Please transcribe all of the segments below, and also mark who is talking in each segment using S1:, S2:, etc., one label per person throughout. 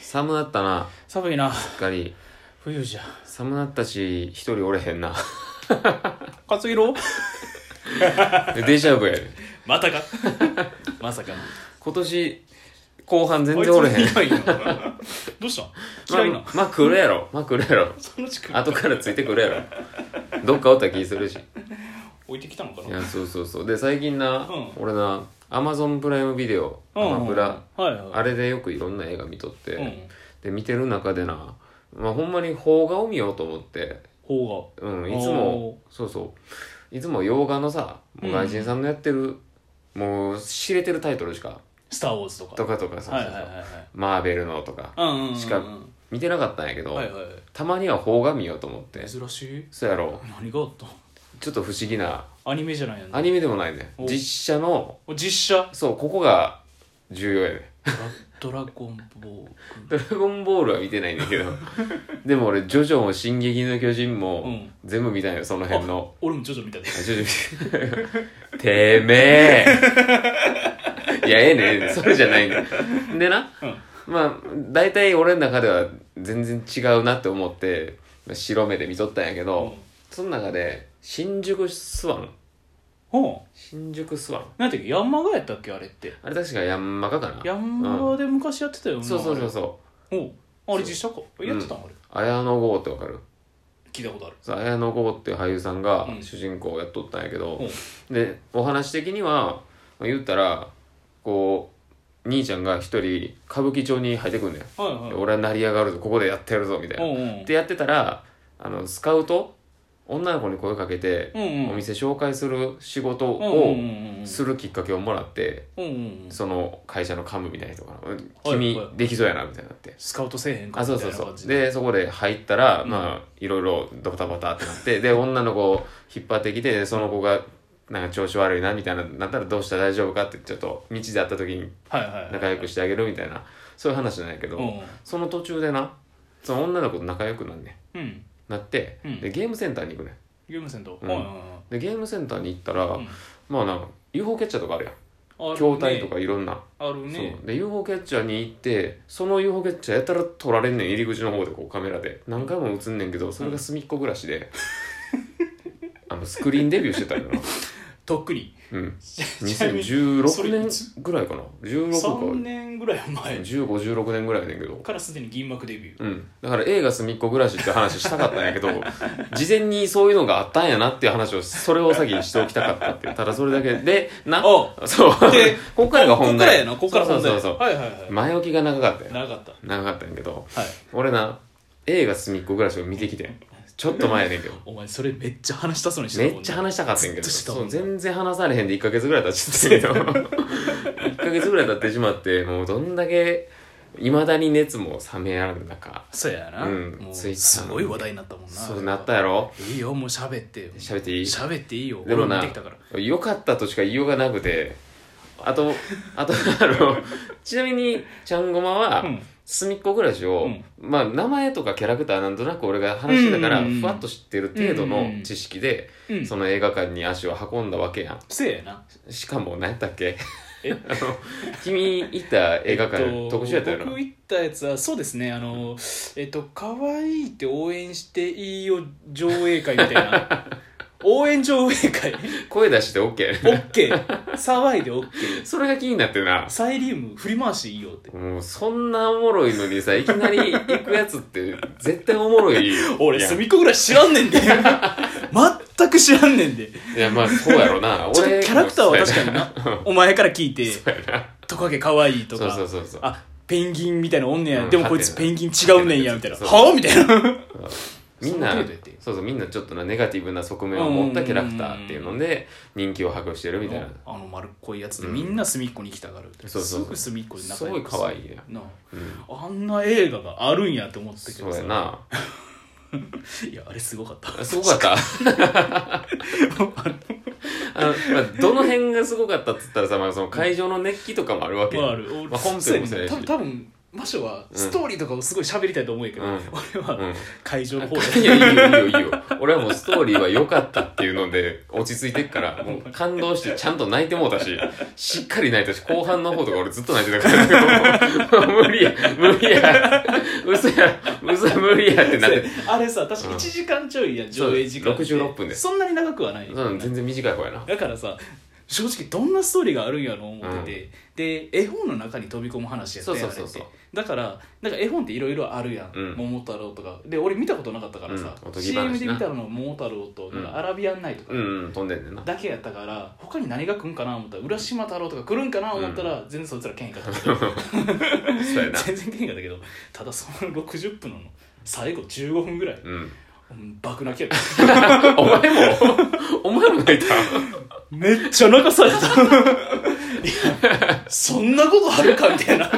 S1: 寒なったな
S2: 寒いな
S1: しっかり
S2: 冬じゃ
S1: 寒なったし一人おれへんな
S2: 勝色
S1: デジャブやで
S2: またか まさか
S1: 今年後半全然おれへん
S2: あいついないよ どうした 嫌いな、
S1: まあ、まあ来るやろまあ来るやろ
S2: そのうち来る
S1: 後からついてくるやろどっかおった気するし
S2: 置いてきたのか
S1: い
S2: な
S1: やそうそうそうで最近な、
S2: う
S1: 俺なアマゾンプライムビデオア
S2: う
S1: マ
S2: ん
S1: プラ、
S2: はいはい
S1: あれでよくいろんな映画見とって、
S2: うん
S1: で見てる中でな、まあ、ほんまに邦画を見ようと思って、
S2: 方
S1: うん、いつ
S2: お
S1: もそうそういつも洋画のさもう外人さんのやってる、もう知れてるタイトルしか
S2: が「スター・ウォーズ」とか
S1: とかとかさ、
S2: はいはい
S1: そう
S2: は
S1: そ
S2: いうはい
S1: マーベルのとか
S2: うんうんうんうん
S1: しか見てなかったんやけど、
S2: はいはい
S1: たまには邦画見ようと思って
S2: 珍しい
S1: そうやろ
S2: 何があった
S1: ちょっと不思議な
S2: アニメじゃないやん
S1: アニメでもないね
S2: お
S1: 実写の
S2: 実写
S1: そうここが重要やね
S2: ドラドラゴンボー
S1: ドラゴンボールは見てないんだ けどでも俺ジョジョも「進撃の巨人」
S2: う
S1: も
S2: ん
S1: 全部見たんよその辺の、
S2: 俺も徐々に見たで
S1: あジョジョ見ててめえ いやええねんそれじゃないねんでな、まあ大体俺の中では全然違うなって思ってまあ白目で見とったんやけど、
S2: うん
S1: その中で新宿スワン
S2: ほう
S1: 新宿スワン
S2: 何ていうヤンマガやったっけあれって
S1: あれ確かヤンマガかな
S2: ヤンマガで昔やってたよ
S1: う
S2: なん
S1: そうそうそうそう
S2: あれおうあれ実写かえやってたのあれ
S1: 綾野剛ってわかる
S2: 聞いたことある
S1: そう綾野剛っていう俳優さんが
S2: うん
S1: 主人公をやっとったんやけど、
S2: うん
S1: でお話的にはまあ言ったらこう兄ちゃんが一人歌舞伎町に入ってくんねん、
S2: はいはい
S1: 俺は成り上がるぞここでやってやるぞみたいな、
S2: うんうん
S1: でやってたらあのスカウト女の子に声かけて、
S2: うんうん
S1: お店紹介する仕事
S2: うん
S1: を
S2: うんうんうん
S1: するきっかけをもらって、
S2: うんうんうん
S1: その会社の幹部みたいな人が「
S2: はい
S1: 君できそうやな」みたいになって
S2: スカウトせえへんか
S1: あそう
S2: み
S1: そ
S2: たいうな
S1: そ
S2: 感じ
S1: うでそこで入ったら、まあいろいろドタバタってなってで女の子を引っ張ってきてその子がなんか調子悪いなみたいななったらどうしたら大丈夫かってちょっと道で会った時に
S2: はいはいはい
S1: 仲良くしてあげるみたいなそういう話なんやけど、
S2: うん
S1: その途中でなその女の子と仲良くなんね
S2: うん
S1: なって、
S2: うん
S1: でゲームセンターに行くね
S2: ゲームセンター
S1: うん
S2: はいはいはい
S1: でゲームセンターに行ったら、
S2: ん
S1: まあなんか UFO キャッチャーとかあるやん
S2: あるね
S1: 筐体とかいろんな、
S2: あるね
S1: そうで UFO キャッチャーに行ってその UFO キャッチャーやたら撮られんねん入り口の方でこうカメラで何回も映んねんけどそれが隅っこ暮らしで、 あのスクリーンデビューしてたん だな
S2: とっくに
S1: うん
S2: ちなみにそ
S1: 2016
S2: れい
S1: 年
S2: つ
S1: ぐらいかな
S2: 3
S1: 16か
S2: 年ぐらい前
S1: 1516年ぐらいやねんけど
S2: からすでに銀幕デビュー
S1: うん、だから映画「隅っこ暮らし」って話したかったんやけ ど事前にそういうのがあったんやなっていう話をそれを先にしておきたかったっていうただそれだけでな
S2: お
S1: そう
S2: で
S1: こっからが
S2: こ
S1: 本題
S2: っからやなこっから本題
S1: そうそうそう
S2: はいはいはい
S1: 前置きが長かったよ
S2: 長かった
S1: 長かったんやけど
S2: はい
S1: 俺な映画「すみっこ暮らし」を見てきてんちょっと前やねんけど
S2: お前それめっちゃ話 したそうにして
S1: めっちゃ
S2: 話
S1: 話したかったんやけど
S2: ずっとした
S1: そ
S2: もん
S1: う
S2: な
S1: 全然話されへんで1ヶ月ぐらい経っちゃったんや けど1ヶ月ぐらい経ってしまってもうどんだけいまだに熱も冷めやらぬ中
S2: そうやな
S1: うん
S2: もう
S1: ツイッター
S2: すごい話題になったもんな
S1: そうなったやろ
S2: いいよもう喋ってよ
S1: 喋っていい
S2: 喋っていいよ
S1: でも
S2: 俺も
S1: な
S2: 見てきたから
S1: 良かったとしか言いようがなくてあとあとあ のちなみにちゃんごまは、
S2: うん
S1: すみっこ暮らしを、
S2: うん
S1: まあ名前とかキャラクターなんとなく俺が話してたから、
S2: うんうんうん
S1: ふわっと知ってる程度の知識で、
S2: うん
S1: その映画館に足を運んだわけやん
S2: せやな
S1: しかも何やったっけ
S2: え
S1: あの君行った映画館、
S2: えっと
S1: 特殊やったよな
S2: 僕行ったやつはそうですねあのえっと可愛いって応援していいよ上映会みた いな応援上映会
S1: 声出して OK
S2: OK 騒いで OK
S1: それが気になってな
S2: サイリウム振り回していいよって
S1: もうそんなおもろいのにさいきなり行くやつって絶対おもろいやん
S2: 俺すみっこぐらい知らんね んで全く知らんねんで
S1: いやまあそうやろな
S2: ちょっとキャラクターは確か
S1: に
S2: になお前から聞いてトカゲ可愛いと
S1: そう
S2: か
S1: そうそうそう
S2: あペンギンみたいなのおんねや、
S1: うん
S2: でもこいつ
S1: はて
S2: ペ
S1: な
S2: ンギン違うねんやみたいな
S1: そう
S2: はあみたいな
S1: みんな
S2: その程度やって
S1: そうそうみんなちょっとなネガティブな側面を持ったキャラクターっていうので人気を博してるみたいな
S2: あの丸っこいやつでみんな隅っこに来たがるって、
S1: そうそうそう
S2: すぐ隅っこで仲
S1: す
S2: 良
S1: ごい
S2: く
S1: 可愛いやん
S2: なあ
S1: うん
S2: あんな映画があるんやって思ってたけ
S1: そ
S2: ど
S1: う
S2: さ
S1: やない
S2: やあれすごかった
S1: すごかった あの、まあ、どの辺がすごかったっつったらさ、まあ、その会場の熱気とかもあるわけ
S2: ま
S1: やん
S2: あある俺
S1: まあ、本編もそうやし
S2: 多分多分魔女はストーリーとかをすごい喋りたいと思うけど、
S1: うん
S2: 俺は会場の方で、
S1: いや、いいよ、いいよ、いいよ。俺はもうストーリーは良かったっていうので、落ち着いてっ から、もう感動してちゃんと泣いてもうたし、しっかり泣いたし、後半の方とか俺ずっと泣いてたから、もう無理や、無理や、嘘や、嘘や、無理やってなって、
S2: あれさ確か1時間ちょいやん上映時間って
S1: そう66分で
S2: そんなに長くはない、
S1: うん、全然短い方やな。
S2: だからさ正直どんなストーリーがあるんやろう思ってて、で絵本の中に飛び込む話やったやん
S1: そうそうそうそう
S2: あれってだからなんか絵本っていろいろあるやん「
S1: うん
S2: 桃太郎」とかで俺見たことなかったからさ、
S1: うんおとぎ話な
S2: CM で見たのは「桃太郎」と「
S1: うん
S2: なんかアラビアンナイト」とか、
S1: うん、うん、飛んでんねんな。
S2: だけやったから他に何が来んかな思ったら浦島太郎とか来るんかな思ったら、全然そいつら来へんかったけど
S1: そう やな。
S2: 全然来へんかったけどただその60分の最後15分ぐらい、
S1: うん。
S2: うん、爆泣きやった
S1: お前も、お前も泣いた
S2: めっちゃ泣かされたいやそんなことあるかみたいな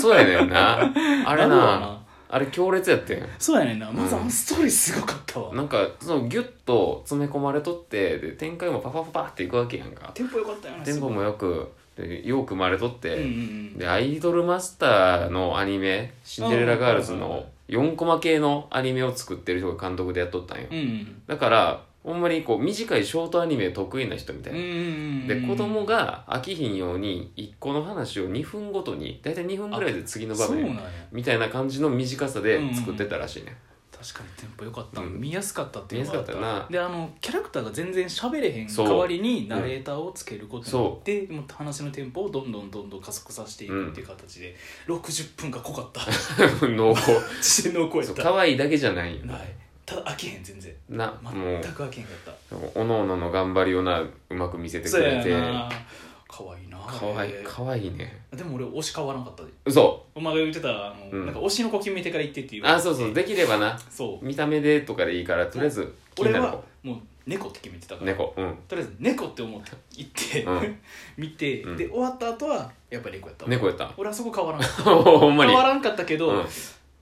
S1: そうやねんな。あれ
S2: るわ
S1: な、あれ強烈やってん。
S2: そうやねんなまずあのストーリーすごかったわ、
S1: なんかそのギュッと詰め込まれとってで展開もパパパパっていくわけやんか
S2: テンポ良かったよね
S1: テンポもよくでよく生まれとっ
S2: うんうんう
S1: て、
S2: ん
S1: でアイドルマスターのアニメ「シンデレラガールズ」
S2: うんうんうん
S1: の4コマ系のアニメを作ってる人が監督でやっとったんよ、
S2: うんうん
S1: だからほんまにこう短いショートアニメ得意な人みたい
S2: うんう
S1: な、
S2: ん
S1: で子供が飽きひんように1個の話を2分ごとに大体2分ぐらいで次の場
S2: そうなん
S1: 面
S2: や
S1: みたいな感じの短さで作ってたらしいね、
S2: 確かにテンポ良かった、
S1: うん
S2: 見やすかったっていうのがあった
S1: 見やすかったな
S2: であのキャラクターが全然喋れへん
S1: そ
S2: 代
S1: う
S2: わりにナレーターをつけることによって、もう話のテンポをどんどんどんどん加速させていくっていう形で、60分が濃かった
S1: 濃厚
S2: 自然の声や
S1: そう
S2: った
S1: 可愛いだけじゃないよ
S2: ないただ飽きへん全然
S1: なも
S2: 全く飽きへんかった
S1: うおのおのの頑張りをなうまく見せてく
S2: そう
S1: れ
S2: や
S1: て
S2: な可愛いな
S1: かわいいかわいいね
S2: でも俺推し変わらなかったで
S1: そ
S2: お前が言ってたあの、
S1: うん
S2: なんか推しの子決めてから行ってっていう
S1: うあそうそうできればな
S2: そう
S1: 見た目でとかでいいからとりあえず気に
S2: 俺
S1: なる
S2: は
S1: 子
S2: もう猫って決めてたから、
S1: 猫うん
S2: とりあえず猫って思って行って、
S1: うん
S2: 見て、
S1: うん
S2: で終わった後はやっぱり猫やったわ
S1: 猫やった
S2: 俺はそこ変わらなかった
S1: ほんまに
S2: 変わらんかったけど、
S1: うん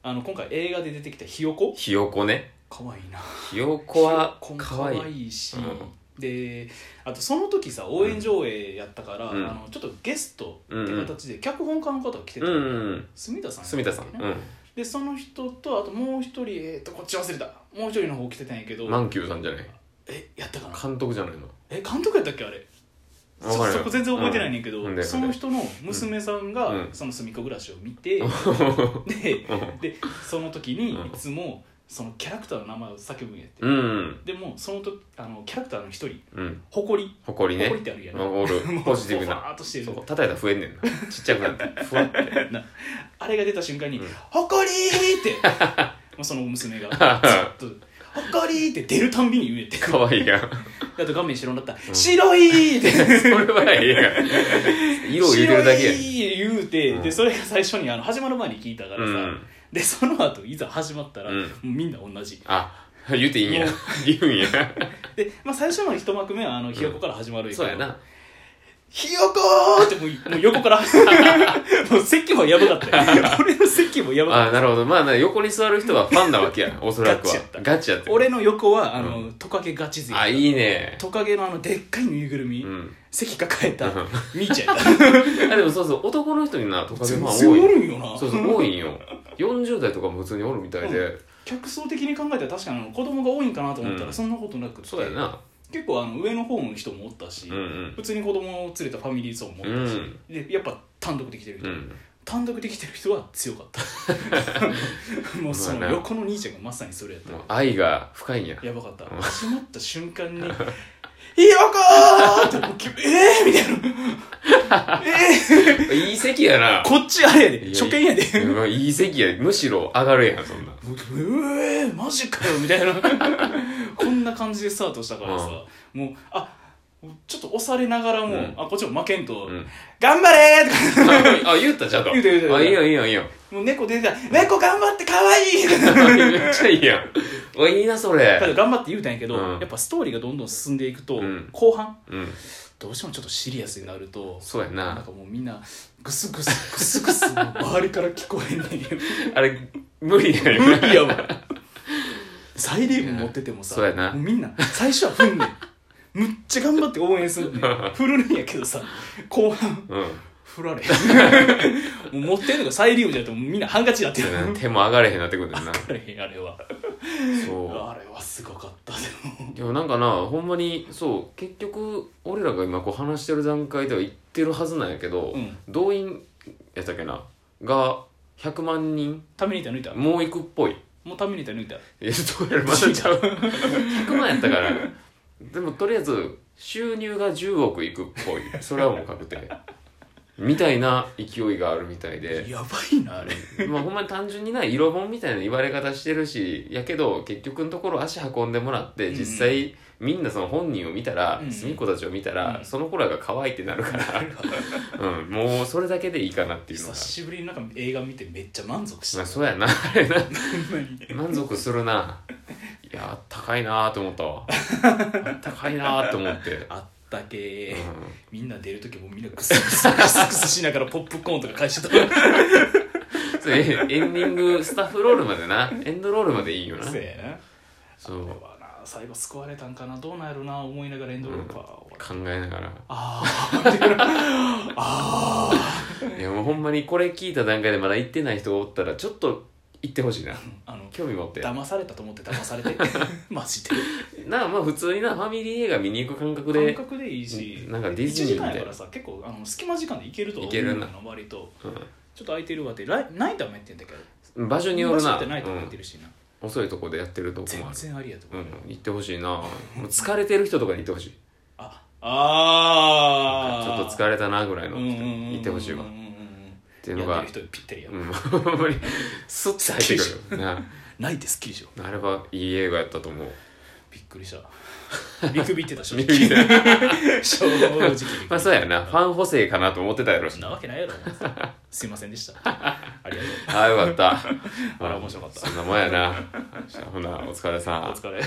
S2: あの今回映画で出てきたひよこ
S1: ひよこね
S2: 可愛いな
S1: ひよこは
S2: こも
S1: か
S2: 可
S1: わい
S2: 愛
S1: い
S2: いし、
S1: う
S2: であとその時さ応援上映やったから、
S1: うん
S2: あのちょっとゲストって形で脚本家の方が来て
S1: う
S2: た
S1: ん
S2: の、
S1: うんうん
S2: 住田さん
S1: 住田さんう
S2: でその人とあともう一人えっ、とこっち忘れたもう一人の方来てたんやけど
S1: んマンキューさんじゃない
S2: えやったかな
S1: 監督じゃないの
S2: え監督やったっけあれそ
S1: わかる
S2: そこ全然覚えてないねんけど、
S1: うんほんで
S2: その人の娘さんが、
S1: うん
S2: その住みっこ暮らしを見 て、ででその時に
S1: うん
S2: いつもそのキャラクターの名前を叫ぶんやって、
S1: うんうん
S2: でもその時あのキャラクターの一人
S1: うん
S2: ほこり
S1: 誇り
S2: ほこ
S1: ね
S2: りってあるやん、
S1: お る
S2: もう
S1: ポジティブ
S2: ふわ
S1: な
S2: ーっとして
S1: そ
S2: る
S1: う叩いたら増えんねんなちっちゃくなってふわって
S2: あれが出た瞬間に
S1: うん
S2: 「ほこり!」って もうその娘がずっと「ほこり!」って出るたんびに言えて
S1: かわいいやん
S2: あと画面白になったら「
S1: ん
S2: 白い!」って
S1: それはええや ん色を入れてるだけやん
S2: 白い言うて、
S1: うん
S2: でそれが最初にあの始まる前に聞いたからさ、
S1: うん
S2: でその後いざ始まったら、
S1: うん
S2: もうみんな同じ
S1: あ言うていいんや
S2: もう
S1: 言うんや
S2: で、まあ、最初の一幕目はあのひよこから始まるけ
S1: そ
S2: ど
S1: うやな
S2: ひよこーってもうもう横から もう席もやばかったよ俺の席もやばかっ
S1: あなるほどまあな横に座る人はファンなわけ やおそらくは
S2: ガチやった
S1: ガチやったて
S2: 俺の横はあの、トカゲガチ勢
S1: あいいね
S2: トカゲのあのでっかいぬいぐるみ、
S1: うん
S2: 席抱えた
S1: うん
S2: みー ちゃんやっ
S1: あでもそうそう男の人になトカ
S2: た
S1: ゲ
S2: 全
S1: ファン
S2: 然お
S1: 多い
S2: るんよな
S1: そうそう多いんよ40代とかも普通におるみたいで
S2: 客層的に考えたら確かにあの子供が多いんかなと思った
S1: う
S2: ら
S1: ん
S2: そんなことなくて、
S1: そうやな
S2: 結構あの上の方の人もおったし、
S1: うんうん
S2: 普通に子供を連れたファミリー層もおったし、でやっぱ単独で来てる人、
S1: うん
S2: 単独で来てる人は強かった もうそ
S1: ま
S2: の
S1: あな
S2: 横の兄ちゃんがまさにそれやった、
S1: もう愛が深いんや
S2: やばかった
S1: うん
S2: 始まった瞬間に「ひよこー!」ってもうきえー!」みたいな「えー!
S1: いい席やな」
S2: こっちあれやで
S1: いや
S2: 初見やで
S1: うんまあいい席やむしろ上がるやんそんな
S2: もううえーマジかよみたいな こんな感じでスタートしたからさ、もうあちょっと押されながらも、
S1: うん
S2: あこっちも負けんと「
S1: うん
S2: 頑張れ!」とか
S1: あ言ったちゃんと
S2: 言うた言うた言うた
S1: あいいよいいよいいよ
S2: もう猫出てたら「猫頑張ってかわいい!」
S1: めっちゃいいやんおいいなそ
S2: た
S1: れ
S2: だ頑張って言うたんやけど、
S1: うん
S2: やっぱストーリーがどんどん進んでいくと、
S1: うん
S2: 後半
S1: うん
S2: どうしてもちょっとシリアスになると
S1: そうや
S2: なん
S1: な
S2: かもうみんなグスグスグスグスもう周りから聞こえんねんけど
S1: あれ無理やよ
S2: 無理やわサイリウム持っててもさ
S1: そうやな
S2: もうみんな最初はふん ねんむっちゃ頑張って応援するねん振るんやけどさ後半
S1: うん
S2: 振られもう持ってんのがサイリウムじゃなくてもうみんなハンカチやってる
S1: 手も上がれへんなってくるんだよな
S2: あれあれは
S1: そ
S2: あれはすごかったでも
S1: うでもなんかなほんまにそう結局俺らが今こう話してる段階では言ってるはずなんやけど、
S2: うん
S1: 動員やったっけなが100万人
S2: ためにた抜いたも
S1: もういくっぽいう
S2: ためにた抜いた
S1: いやどうやらまだちゃう100万やったからでもとりあえず収入が10億いくっぽいそれはもう確定みたいな勢いがあるみたいで
S2: やばいなあ れ
S1: まあほんまに単純にな色本みたいな言われ方してるしやけど結局のところ足運んでもらって
S2: うんうん
S1: 実際みんなその本人を見たら
S2: うんうん
S1: すみっこたちを見たら
S2: うん
S1: その子らが可愛いってなる から、うん、もうそれだけでいいかなっていうの
S2: 久
S1: が、
S2: しぶりになんか映画見てめっちゃ満足し
S1: ま
S2: た
S1: あ、そうやなあれな
S2: ほんまに
S1: 満足するないやあったかいなーと思ったわあったかいなーと思って、
S2: あったけー
S1: う
S2: みんな出る時もみんなクスクスクスクスしながらポップコーンとか返してた
S1: ん、それエンディングスタッフロールまでなエンドロールまでいいよな
S2: せやな
S1: そ
S2: あれ
S1: う
S2: はな最後救われたんかなどうなんやろな思いながらエンドロールか、
S1: 考えながら
S2: あーあ
S1: いやもうほんまにこれ聞いた段階でまだ行ってない人がおったらちょっと行ってほしいな
S2: ーあの
S1: 興味持って
S2: 騙されたと思って騙さ れてマジで
S1: なあまあ普通になファミリー映画見に行く感覚
S2: 感
S1: で
S2: 覚でいいし
S1: なんかディズニーみ
S2: 1時
S1: たい
S2: 間やからさ結構あの隙間時間で行けると思
S1: 行ける
S2: う
S1: な
S2: の割とちょっと空いてるわってライないとダメって言うんだけど
S1: うん、場所による
S2: 場所
S1: な
S2: ってないと思って
S1: うん
S2: るしな、
S1: 遅いとこでやってるとこもあ
S2: 全
S1: る、
S2: 然ありやと
S1: う
S2: 思う、
S1: ん、行ってほしいなもう疲れてる人とかに行ってほしい
S2: あ
S1: ちょ
S2: あ
S1: っ
S2: ー
S1: と疲れたなぐらいの
S2: うんうんうんうん
S1: 言ってほしいわ
S2: うんう
S1: っ
S2: んうん
S1: ていうのが
S2: やってる人ぴったりや、
S1: うんほんまにスッて入ってくる な
S2: 泣いてすっきりしよう
S1: あれはいい映画やったと思う
S2: びっくりした見くびってた正
S1: 見
S2: 直
S1: くびって
S2: 正直
S1: まあそうやなファン補正かなと思ってたやろ
S2: そ
S1: し
S2: んなわけないやろお前すいませんでしたありがとう
S1: ああよかった
S2: あら面白かった
S1: そんなもんやなじゃあほなお疲れさん
S2: お疲れ